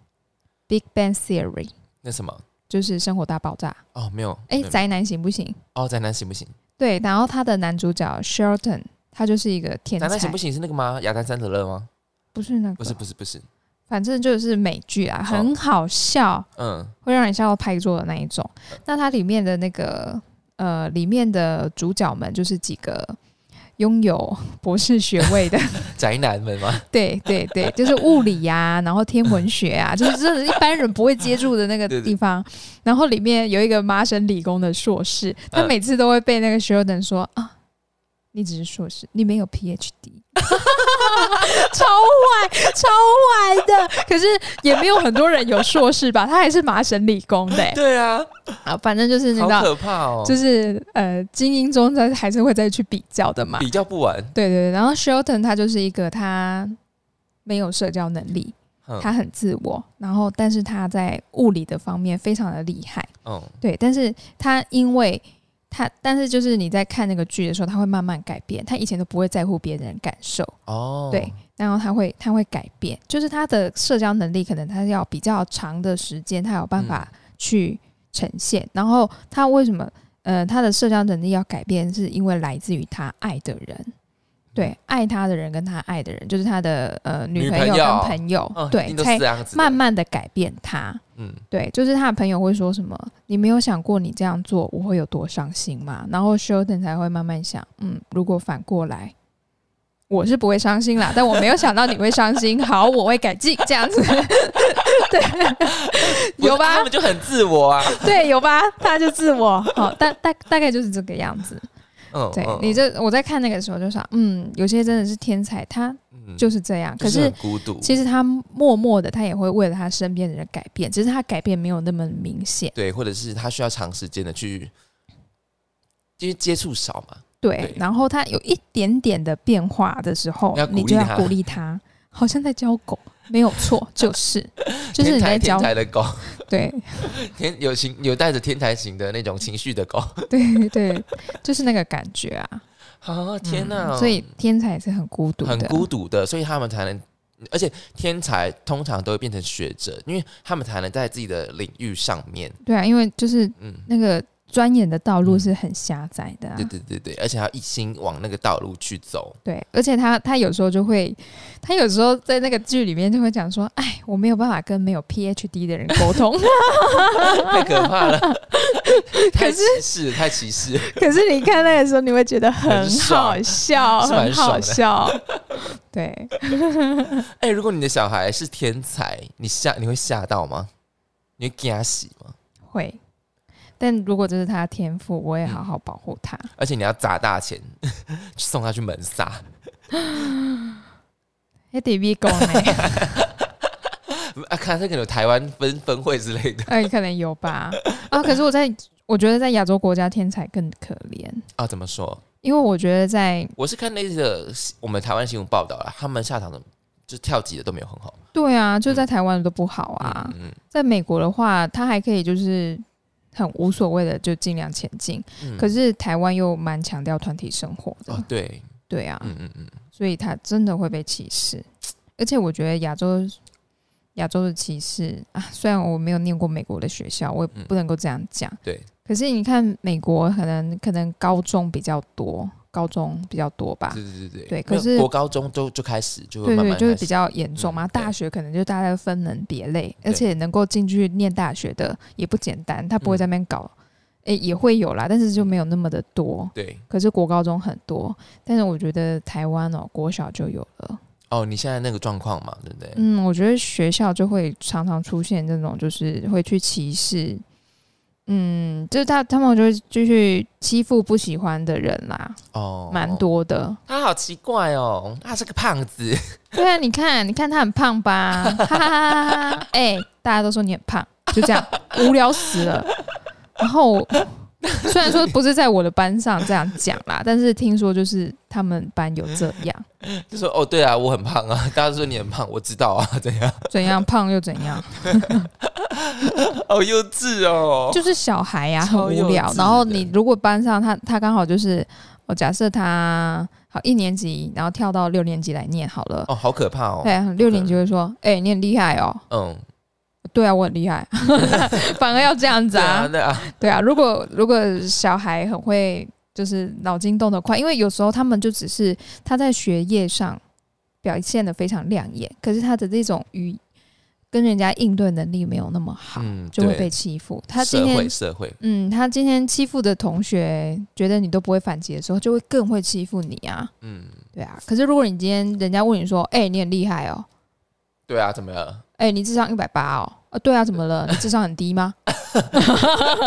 S1: Big Bang Theory》，
S2: 那什么？
S1: 就是《生活大爆炸》。
S2: 哦，没有。
S1: 哎、
S2: 没有
S1: 宅男行不行？
S2: 哦，宅男行不行？
S1: 对，然后他的男主角 Shelton，他就是一个天
S2: 宅
S1: 才，
S2: 男行不行是那个吗？亚当·桑德勒吗？
S1: 不是那个，
S2: 不是，不是，不是。
S1: 反正就是美剧啊，很好笑，
S2: 嗯，
S1: 会让你笑到拍桌的那一种。那它里面的那个呃，里面的主角们就是几个拥有博士学位的，
S2: 宅男们 吗？
S1: 对对对，就是物理呀、然后天文学啊，就是真的一般人不会接触的那个
S2: 对对
S1: 地方。然后里面有一个麻省理工的硕士，
S2: 啊
S1: 他每次都会被那个 Sheldon 说啊。你只是硕士，你没有 PhD，超坏，超坏的。可是也没有很多人有硕士吧，他还是麻省理工的、 欸
S2: 对啊，
S1: 啊。反正就是那
S2: 好
S1: 个，
S2: 可怕哦。
S1: 就是呃，精英中在还是会再去比较的嘛。
S2: 比较不完。
S1: 对对对，然后 Shelton 他就是一个他没有社交能力，
S2: 嗯
S1: 他很自我，然后但是他在物理的方面非常的厉害，
S2: 嗯，
S1: 对，但是他因为他，但是就是你在看那个剧的时候，他会慢慢改变，他以前都不会在乎别人的感受，
S2: 哦，
S1: 对，然后他会他会改变，就是他的社交能力可能他要比较长的时间，他有办法
S2: 嗯
S1: 去呈现，然后他为什么呃他的社交能力要改变，是因为来自于他爱的人。对，爱他的人跟他爱的人，就是他的呃女
S2: 嗯女
S1: 朋友
S2: 朋友
S1: 跟朋友，
S2: 嗯，一
S1: 对，
S2: 定都是
S1: 才
S2: 这样子的。
S1: 慢慢的改变他。
S2: 嗯，
S1: 对，就是他的朋友会说什么：“你没有想过你这样做我会有多伤心吗？”然后 Sheldon 才会慢慢想，嗯，如果反过来，我是不会伤心啦，但我没有想到你会伤心，好，我会改进，这样子，
S2: 不是
S1: 有吧
S2: 他们就很自我啊。
S1: 对，有吧？他就自我，好，大大大概就是这个样子。
S2: 嗯，
S1: 对
S2: 嗯
S1: 你，这，我在看那个时候就想，嗯，有些真的是天才，他
S2: 嗯
S1: 就是这样，可
S2: 就是
S1: 是
S2: 很。孤独。
S1: 其实他默默的，他也会为了他身边的人改变，只是他改变没有那么明显。
S2: 对，或者是他需要长时间的去，因为接触少嘛，
S1: 对
S2: 对，
S1: 然后他有一点点的变化的时候
S2: 要，鼓励
S1: 你就要
S2: 他
S1: 鼓励他，好像在教狗，没有 错，就是就是你
S2: 天
S1: 在
S2: 才
S1: 教
S2: 天才的狗，
S1: 对
S2: 天有情有带着天才型的那种情绪的狗
S1: 对对，就是那个感觉啊！
S2: 啊！天哪、
S1: 嗯所以天才是很孤独的，
S2: 很孤独的，所以他们才能，而且天才通常都会变成学者，因为他们才能在自己的领域上面，
S1: 对啊，因为就是
S2: 嗯，
S1: 那个钻研的道路是很狭窄的、啊
S2: 对对对对，而且要一心往那个道路去 走，
S1: 对，而且他他有时候就会，他有时候在那个剧里面就会讲说，哎，我没有办法跟没有 PhD 的人沟通，
S2: 太可怕了，太
S1: 可
S2: 歧视，太歧视，
S1: 可是你看那个时候，你会觉得很
S2: 很爽
S1: 好笑，
S2: 是蛮
S1: 很好
S2: 爽的
S1: 笑。 对，
S2: 哎、如果你的小孩是天才，你吓你会吓到吗？你会惊喜吗？
S1: 会。但如果这是他的天赋，我也好好保护 他。
S2: 而且你要砸大钱 送他去门撒，哎
S1: 还得 V 公呢？
S2: 啊，看他可能有台湾分分会之类的
S1: 哎，可能有吧。啊，可是我在，我觉得在亚洲国家天才更可怜，
S2: 啊。怎么说？
S1: 因为我觉得在
S2: 我是看那个我们台湾新闻报道了，他们下场的就跳级的都没有很好
S1: 对啊，就在台湾都不好啊。
S2: 啊。嗯
S1: 在美国的话，他还可以就是很无所谓的就尽量前进，
S2: 嗯
S1: 可是台湾又蛮强调团体生活的。
S2: 哦，对，
S1: 对啊，
S2: 嗯嗯嗯，
S1: 所以他真的会被歧视。而且我觉得亚洲亚洲的歧视啊。虽然我没有念过美国的学校，我也不能够这样讲。
S2: 嗯对，
S1: 可是你看，美国可能可能高中比较多，高中比较多吧。
S2: 对对对
S1: 啊对
S2: 没
S1: 可
S2: 有
S1: 是
S2: 国高中就就开始就会
S1: 对
S2: 慢
S1: 对，
S2: 慢
S1: 就是
S2: 开
S1: 比
S2: 始
S1: 较严重嘛。
S2: 嗯对
S1: 大学可能就大家分门别类，而
S2: 对
S1: 且能够进去念大学的也不简单，他不会
S2: 嗯
S1: 在那边搞，诶、也会有啦，但是就没有那么的多。
S2: 对
S1: 可是国高中很多，但是我觉得台湾哦，国小就有了。
S2: 哦，你现在那个状况嘛，对不对？
S1: 嗯，我觉得学校就会常常出现这种，就是会去歧视，嗯，就是他他们就会继续欺负不喜欢的人啦，
S2: 哦，
S1: 蛮。多的。
S2: 他好奇怪哦，他是个胖子，
S1: 对啊，你看，你看他很胖吧？哈哈哈哈哈！哎、大家都说你很胖，就这样，无聊死了。然后我虽然说不是在我的班上这样讲啦，但是听说就是他们班有这样，
S2: 就说哦，对啊，我很胖啊， 大家说你很胖，我知道啊， 怎样？
S1: 怎样胖又怎样，
S2: 好幼稚哦，
S1: 就是小孩呀、很
S2: 超幼
S1: 无聊
S2: 稚。
S1: 然后
S2: 的
S1: 你如果班上他他刚好就是，我假设他好一年级，然后跳到六年级来念好了，
S2: 哦，好可怕哦，
S1: 对，啊六年级会说，哎、你很厉害哦，
S2: 嗯，
S1: 对啊，我很厉 害，反而要这样子
S2: 对
S1: 啊
S2: 啊，，对啊，
S1: 对啊，如果如果小孩很会，就是脑筋动得快，因为有时候他们就只是他在学业上表现得非常亮眼，可是他的这种与跟人家应对能力没有那么好，
S2: 嗯，
S1: 就会
S2: 对
S1: 被欺负。他今
S2: 社
S1: 天
S2: 会社会，
S1: 嗯，他今天欺负的同学，觉得你都不会反击的时候，就会更会欺负你啊。
S2: 嗯，
S1: 对啊，可是如果你今天人家问你说：“哎、你很厉害哦，
S2: 对啊，怎么了？
S1: 哎、你智商一百八哦。”啊，对啊，怎么了？你智商很低吗？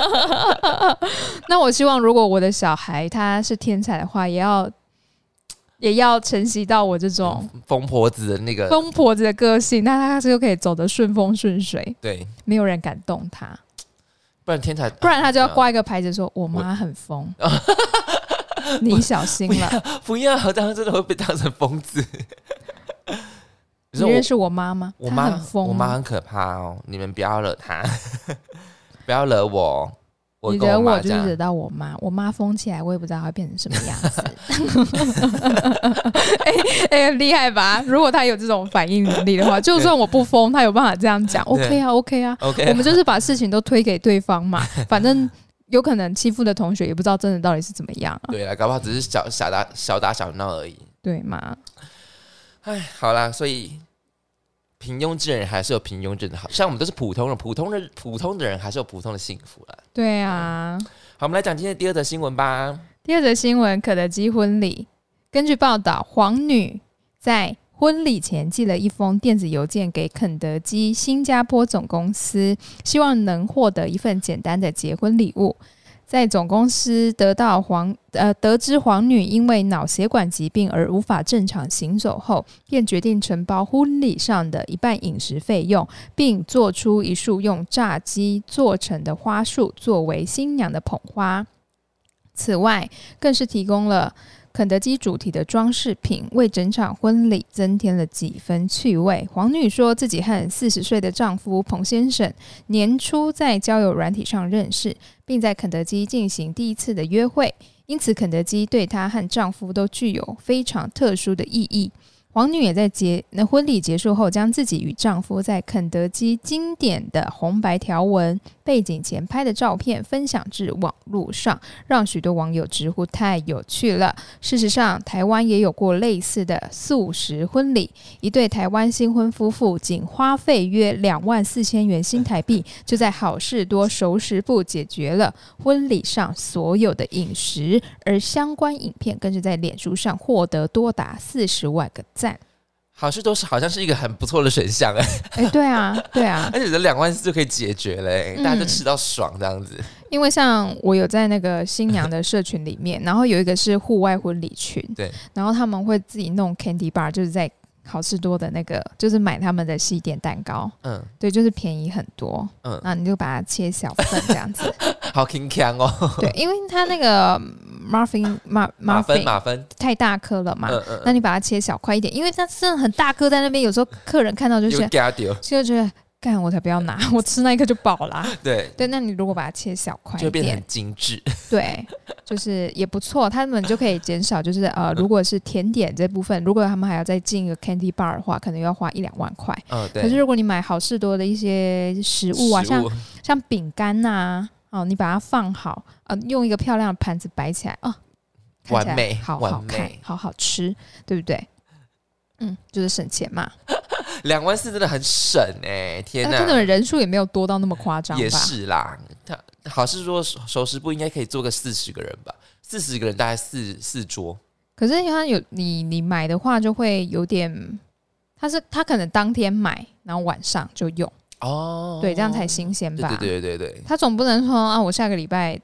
S1: 那我希望，如果我的小孩他是天才的话，也要也要承袭到我这种
S2: 疯婆子的那个，
S1: 疯婆子的个性，那他就可以走得顺风顺水，
S2: 对，
S1: 没有人敢动他，
S2: 不然天才，
S1: 不然他就要挂一个牌子说：“我
S2: 嗯
S1: 妈很疯，你小心了。”
S2: 不要，这样真的会被当成疯 子。你
S1: 你
S2: 说我
S1: 认识我妈吗？
S2: 我
S1: 她
S2: 妈
S1: 很疯，啊
S2: 我妈很可怕哦，你们不要惹她， 不要惹我。我
S1: 你
S2: 跟
S1: 惹
S2: 妈
S1: 我
S2: 这
S1: 就是
S2: 样
S1: 惹到我妈，我妈疯起来，我也不知道会变成什么样 子。哎哎，厉、害吧？如果她有这种反应能力的话，就算我不疯，她有办法这样讲。OK 啊，OK 啊，
S2: OK，
S1: 我们就是把事情都推给对方嘛，反正。有可能欺负的同学也不知道真的到底是怎么样啊，
S2: 对了，搞不好只是小小打小打小闹而已。
S1: 对吗？
S2: 哎，好啦，所以平庸之人还是有平庸之人的好，像我们都是普通人，普通人普通的人还是有普通的幸福啦。
S1: 对啊，
S2: 好，我们来讲今天的第二则新闻吧。
S1: 第二则新闻，肯德基婚礼。根据报道，皇女在婚礼前寄了一封电子邮件给肯德基新加坡总公司，希望能获得一份简单的结婚礼物。在总公司得到皇呃得知皇女因为脑血管疾病而无法正常行走后，便决定承包婚礼上的一半饮食费用，并做出一束用炸鸡做成的花束作为新娘的捧花。此外，更是提供了肯德基主题的装饰品，为整场婚礼增添了几分趣味。皇女说自己和四十岁的丈夫彭先生年初在交友软体上认识，并在肯德基进行第一次的约会，因此肯德基对她和丈夫都具有非常特殊的意义。皇女也在结那婚礼结束后，将自己与丈夫在肯德基经典的红白条纹背景前拍的照片分享至网络上，让许多网友直呼太有趣了。事实上，台湾也有过类似的素食婚礼，一对台湾新婚夫妇仅花费约两万四千元新台币，就在好事多熟食部解决了婚礼上所有的饮食，而相关影片更是在脸书上获得多达四十万个赞。
S2: 好事都是好像是一个很不错的选项哎，
S1: 哎，对啊，对啊，
S2: 而且这两万四就可以解决嘞，
S1: 嗯
S2: 大家就吃到爽这样子。
S1: 因为像我有在那个新娘的社群里面，然后有一个是户外婚礼群，
S2: 对，
S1: 然后他们会自己弄 candy bar，就是在好事多的那个，就是买他们的西点蛋糕，
S2: 嗯
S1: 对，就是便宜很多，
S2: 嗯，
S1: 那你就把它切小份这样 子，
S2: 好 king king 哦，
S1: 对，因为它那个 muffin 马
S2: 马分
S1: muffin
S2: 马分，
S1: 太大颗了嘛，
S2: 嗯嗯
S1: 那
S2: 嗯，
S1: 你把它切小块一点，因为它真的很大颗在那边，有时候客人看到就
S2: 有
S1: 是
S2: 加丢，
S1: 就觉得干我才不要拿， 我吃那一刻就饱啦。
S2: 对，
S1: 对，那你如果把它切小块一
S2: 就会变得
S1: 点
S2: 很，精致。
S1: 对，就是也不错，他们就可以减少，就是呃，如果是甜点这部分，如果他们还要再进一个 candy bar 的话，可能要花一两万块。
S2: 嗯，对。
S1: 可是如果你买好事多的一些食物啊，像像饼干呐、哦，你把它放好，呃，用一个漂亮的盘子摆起来，哦，看起来
S2: 完美
S1: 好
S2: 完
S1: 好看
S2: 美，
S1: 好好吃，对不对？嗯，就是省钱嘛。
S2: 两万四真的很省哎、天
S1: 但
S2: 哪！
S1: 呃真的人数也没有多到那么夸张吧？
S2: 也是啦，他好是说熟熟食部应该可以做个四十个人吧，四十个人大概四四桌，
S1: 可是它有你你买的话，就会有点，它是它可能当天买，然后晚上就用，
S2: 哦，
S1: 对，这样才新鲜
S2: 对
S1: 吧？
S2: 对对对对对，
S1: 他总不能说啊，我下个礼拜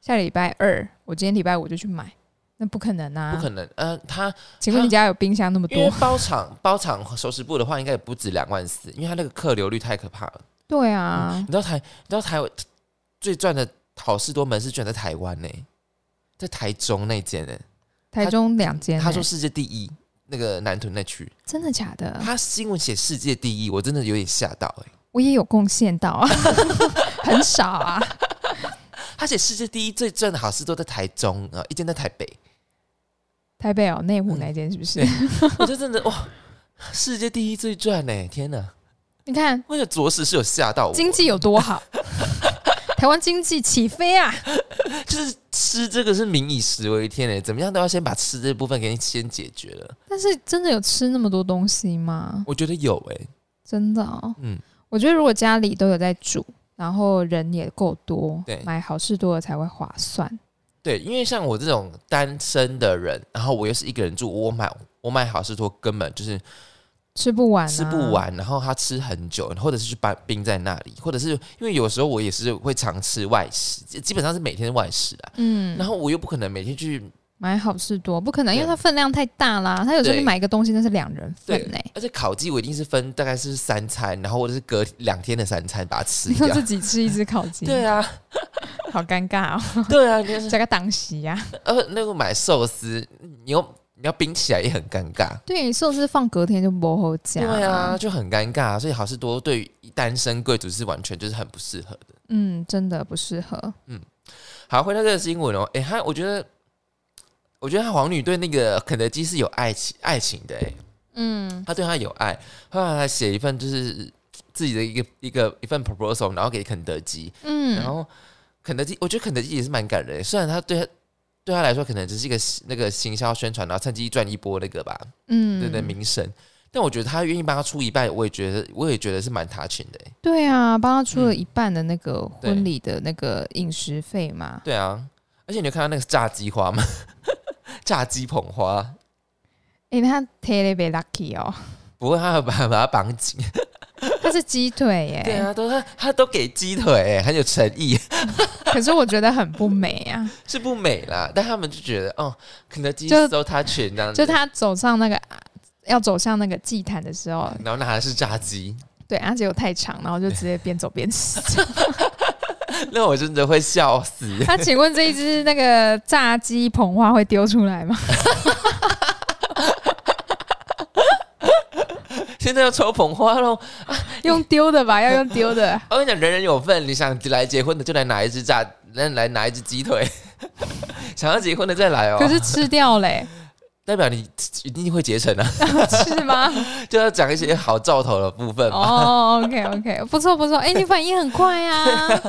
S1: 下个礼拜二，我今天礼拜五就去买，那不可能啊！
S2: 不可能，嗯、他
S1: 请问你家有冰箱那么
S2: 因为
S1: 多？
S2: 包场包场熟食部的话，应该也不止两万四，因为他那个客流率太可怕了。
S1: 对啊
S2: 你，知道台，你知道台最赚的好事多门市居然在台湾呢、在台中那间呢、
S1: 台中两间欸、
S2: 他说世界第一，那个南屯那区，
S1: 真的假的？
S2: 他新闻写世界第一，我真的有点吓到哎、
S1: 我也有贡献到 啊，很少啊。
S2: 他写世界第一最赚的好事多在台中啊，一间在台北，
S1: 台北哦，内湖那间是不是？
S2: 我就真的哇，世界第一最赚呢、天哪，
S1: 你看
S2: 那个着实是有吓到我，
S1: 经济有多 好，台湾经济起飞啊！
S2: 就是吃这个是民以食为天呢、怎么样都要先把吃这部分给你先解决了。
S1: 但是真的有吃那么多东西吗？
S2: 我觉得有哎、
S1: 真的哦，
S2: 嗯，
S1: 我觉得如果家里都有在煮，然后人也够多
S2: 对，
S1: 买好事多的才会划算。
S2: 对，因为像我这种单身的人，然后我又是一个人住，我买我买好事多根本就是
S1: 吃不完、啊，
S2: 吃不。完，然后他吃很久，或者是去把冰在那里，或者是因为有时候我也是会常吃外食，基本上是每天外食啊。
S1: 嗯，
S2: 然后我又不可能每天去，
S1: 买好事多不可能，
S2: 对
S1: 因为它分量太大啦。它有时候
S2: 对
S1: 你买一个东西，那是两人份
S2: 对
S1: 呢、
S2: 而且烤鸡我一定是分大概是三餐，然后或者是隔两天的三餐把它吃
S1: 你要
S2: 掉
S1: 自。己吃一只烤鸡，
S2: 对啊，
S1: 好尴尬 哦，
S2: 对啊，就是
S1: 加个当席啊呀、
S2: 呃那个买寿司，你又你要冰起来也很尴尬。
S1: 对，你寿司放隔天就不好加。
S2: 对
S1: 嗯
S2: 啊，，就很尴尬，所以好事多对于单身贵族是完全就是很不适合的。
S1: 嗯，真的不适合。
S2: 好，回到这个新闻哦，诶，他我觉得，我觉得他皇女对那个肯德基是有爱情爱情的，诶，
S1: 嗯，
S2: 他对他有爱，后来还写一份就是自己的一个一个一份 proposal，然后给肯德基，
S1: 嗯，
S2: 然后肯德基，我觉得肯德基也是蛮感人的，虽然他对他对他来说可能只是一个那个行销宣传，然后趁机赚一波那个吧，
S1: 嗯，
S2: 对对，名声。但我觉得他愿意帮他出一半，我也觉得，我也觉得是蛮 touching 的、欸。
S1: 对啊，帮他出了
S2: 嗯
S1: 一半的那个
S2: 对
S1: 婚礼的那个饮食费嘛。
S2: 对啊，而且你有看到那个炸鸡花吗？ 炸鸡捧花，
S1: 诶，他 t e l e b lucky 哦，
S2: 不过他还把把它绑紧。
S1: 他是鸡腿耶、
S2: 对啊，都他他都给鸡腿、欸，很有诚意，
S1: 可是我觉得很不美啊。
S2: 是不美啦。但他们就觉得，哦，肯德基
S1: 就
S2: so touching 这样子，
S1: 就他走上那个要走向那个祭坛的时候，
S2: 然后拿的是炸鸡，
S1: 对，啊，结果太长，然后就直接边走边吃。
S2: 那我真的会笑死。
S1: 那请问这一只那个炸鸡捧花会丢出 来吗？
S2: 现在要抽捧花喽！
S1: 用丢的吧，要用丢的。
S2: 我跟你讲，人人有份，你想来结婚的就来拿一只炸，来来拿一只鸡腿， 想要结婚的再来哦。
S1: 可是吃掉 嘞、
S2: 代表你一定会结成啊，
S1: 是吗？
S2: 就要讲一些好兆头的部分嘛，
S1: 哦、o k OK，不错不错，哎、你反应很快啊。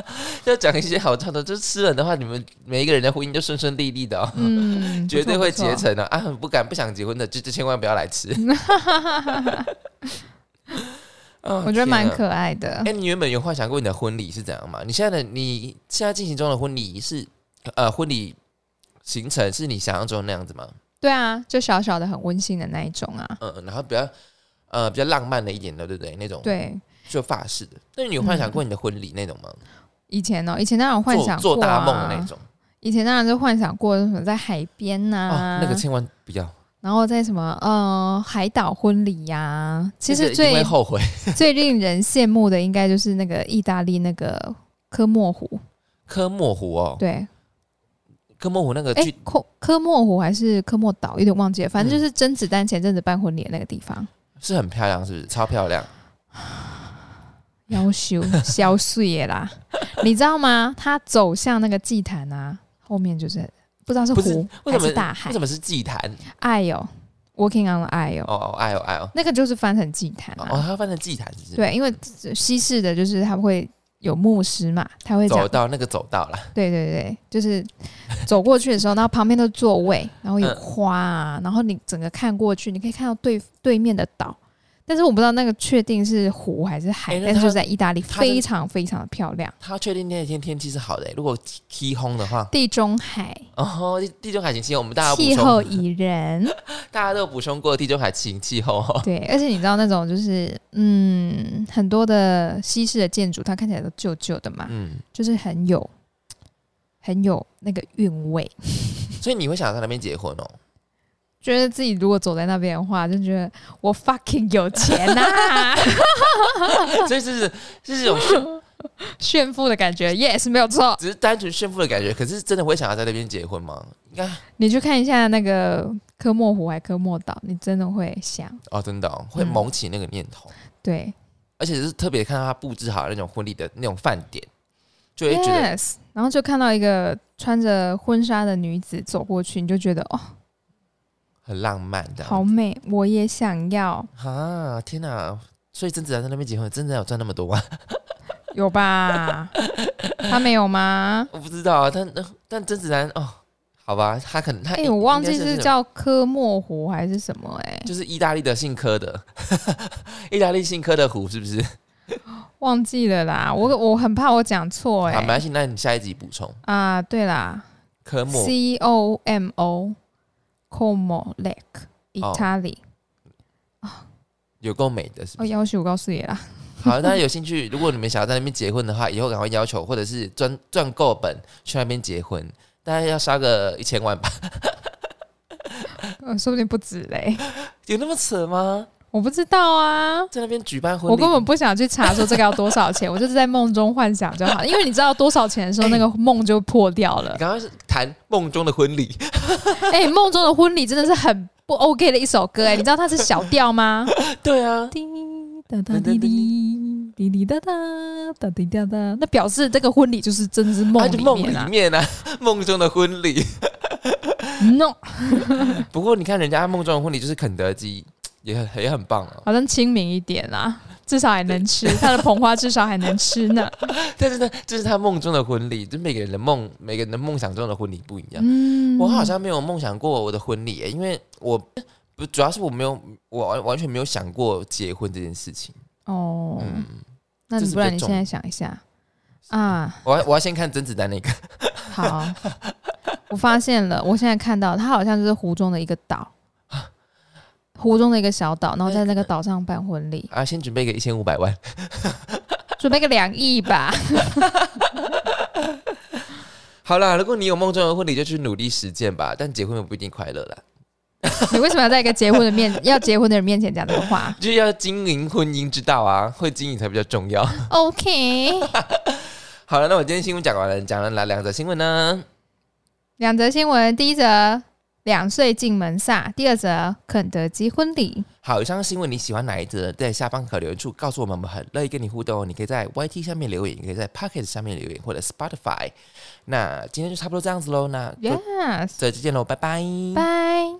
S2: 要讲一些好兆头。就是吃人的话，你们每一个人的婚姻就顺顺利利的 哦。
S1: 嗯，
S2: 绝对会
S1: 不错
S2: 结。成的啊！不敢不想结婚的，就就千万不要来吃。
S1: 不
S2: 哦
S1: 错我觉得蛮
S2: 天啊
S1: 可爱的
S2: 哎、。你原本有幻想过你的婚礼是怎样吗？你现在的你现在进行中的婚礼是呃婚礼行程是你想象中的那样子吗？
S1: 对啊，就小小的很温馨的那一种啊。
S2: 嗯，然后比较呃比较浪漫的一点的，对不对？那种
S1: 对，
S2: 就法式的。那你有幻想过你的婚礼那种吗？
S1: 以前哦，以前当然有嗯幻想过、啊、
S2: 做做大梦的那。种、
S1: 以前当然就幻想过什么在海边呐、
S2: 哦，那个千万不要，
S1: 然后在什么呃海岛婚礼呀、其
S2: 那
S1: 实
S2: 个一定
S1: 最
S2: 会后悔。
S1: 最令人羡慕的应该就是那个意大利那个科莫湖，
S2: 科莫湖哦，
S1: 对，
S2: 科莫湖那个
S1: 哎、
S2: 去
S1: 科科莫湖还是科莫岛，有点忘记了，反正
S2: 嗯
S1: 就是甄子丹前阵子办婚礼的那个地方，
S2: 是很漂亮，是不是？超漂亮。
S1: 要 修消碎的啦，你知道吗？它走向那个祭坛啊，后面就是不知道是
S2: 不是
S1: 湖
S2: 为
S1: 还
S2: 什么
S1: 是大海
S2: 为什，么是祭坛？
S1: 爱哟，Walking on the 爱哟，
S2: 哦哦，哎哦哎哦，
S1: 那个就是翻成祭坛
S2: 哦，
S1: 啊。
S2: 它翻成祭坛是不是？
S1: 对，因为西式的就是他会有牧师嘛，他会讲
S2: 走，到那个走到啦，
S1: 对对对，就是走过去的时候，然 后旁边都是座位，然后有
S2: 嗯
S1: 花啊，然后你整个看过去，你可以看到对对面的岛。但是我不知道那个确定是湖还是海，
S2: 哎那
S1: 但是
S2: 它
S1: 就是在意大利，
S2: 它是
S1: 非常非常的漂亮，
S2: 他确定那一天天气是好的欸、如果起轰的话，
S1: 地中海
S2: 哦，地地中海型气候，我们大家补
S1: 气
S2: 充，
S1: 候宜人。
S2: 大家都有补充过地中海型气候、哦。
S1: 对，而且你知道那种就是嗯，很多的西式的建筑，它看起来都旧旧的嘛，
S2: 嗯，
S1: 就是很有很有那个韵味。
S2: 所以你会想在那边结婚哦？
S1: 觉得自己如果走在那边的话，就觉得我 fucking 有钱啊呐、
S2: 所以这是这是一种 炫
S1: 炫富的感觉，yes，没有错。
S2: 只是单纯炫富的感觉，可是真的会想要在那边结婚吗？应该
S1: 你去看一下那个科莫湖还科莫岛，你真的会想，
S2: 哦，真的、哦、会
S1: 嗯
S2: 萌起那个念头，
S1: 对
S2: 而且是特别看到他布置好那种婚礼的那种饭点，就会觉得
S1: ，yes。然后就看到一个穿着婚纱的女子走过去，你就觉得哦，
S2: 很浪漫的。
S1: 好美，我也想要，
S2: 啊，天哪！所以甄子丹在那边结婚，甄子丹有赚那么多吗？
S1: 有 吧？他没有吗？
S2: 我不知道啊，但但甄子丹哦，好吧，他可能他
S1: 哎、
S2: 呃应
S1: 我忘记
S2: 应该
S1: 是
S2: 那种
S1: 叫科莫湖还是什么、哎，
S2: 就是意大利的姓柯的， 意大利姓柯的湖是不是？
S1: 忘记了啦。我我很怕我讲错、
S2: 好，没
S1: 哎
S2: 关系，那你下一集补充
S1: 啊，对啦，
S2: 科莫
S1: C O M O Como Lake
S2: 哦
S1: Italy。
S2: 有够美的，是不
S1: 哦，
S2: 是？
S1: 要求我告诉你啦，
S2: 好，大家有兴趣，如果你们想要在那边结婚的话，以后赶快要求，或者是赚赚够本去那边结婚，大概要杀个一千万吧？
S1: 呃，说不定不止嘞，
S2: 有那么扯吗？
S1: 我不知道啊。
S2: 在那边举办婚礼，
S1: 我根本不想去查说这个要多少钱，我就是在梦中幻想就好，因为你知道多少钱的时候，那个梦就破掉了
S2: 你。刚刚是谈梦中的婚礼，
S1: 哎、梦中的婚礼真的是很不 OK 的一首歌哎、你知道它是小调吗？
S2: 对啊，
S1: 滴答答滴滴滴滴答答答滴答答，那表示这个婚礼就是真的是梦
S2: 啊就
S1: 里
S2: 梦
S1: 面
S2: 里
S1: 啊
S2: 面啊， 梦中的婚礼。
S1: ，no，
S2: 不过你看人家梦中的婚礼就是肯德基，也很也很棒哦。
S1: 好像亲民一点啦，至少还能吃，它的捧花至少还能吃 呢。
S2: 但是呢，这是他梦中的婚礼，就每个人的梦，每个人的梦想中的婚礼不一样。
S1: 嗯，
S2: 我好像没有梦想过我的婚礼耶、因为我不主要是我没有，我完完全没有想过结婚这件事情。
S1: 哦，
S2: 嗯，
S1: 那
S2: 这
S1: 你
S2: 是
S1: 不然
S2: 比
S1: 你
S2: 较
S1: 现在想一下啊，
S2: 我要我要先看甄子丹那个，
S1: 好， 我发现了，我现在看到它好像就是湖中的一个 岛，湖中的一个小岛，然后在那个岛上办婚礼，
S2: 啊，先准备个一千五百万。
S1: 准备个两亿吧。
S2: 好啦，如果你有梦中的婚礼，就去努力实践吧。但结婚也不一定快乐啦，
S1: 你为什么要在一个结婚的面要结婚的人面前讲这个话
S2: 就是要经营婚姻之道啊，会经营才比较重要。
S1: ？OK，
S2: 好了，那我今天新闻讲完了，讲了哪两则新闻呢？
S1: 两则新闻，第一则两岁进门萨，第二则肯德基婚礼。
S2: 好，以上新闻你喜欢哪一则？在下方可留言处告诉我们，我们很乐意跟你互动哦。你可以在 YT 下面留言，也可以在 Pocket 下面留言，或者 Spotify。那今天就差不多这样子喽，那就
S1: Yes，
S2: 这期见喽，拜拜，
S1: 拜。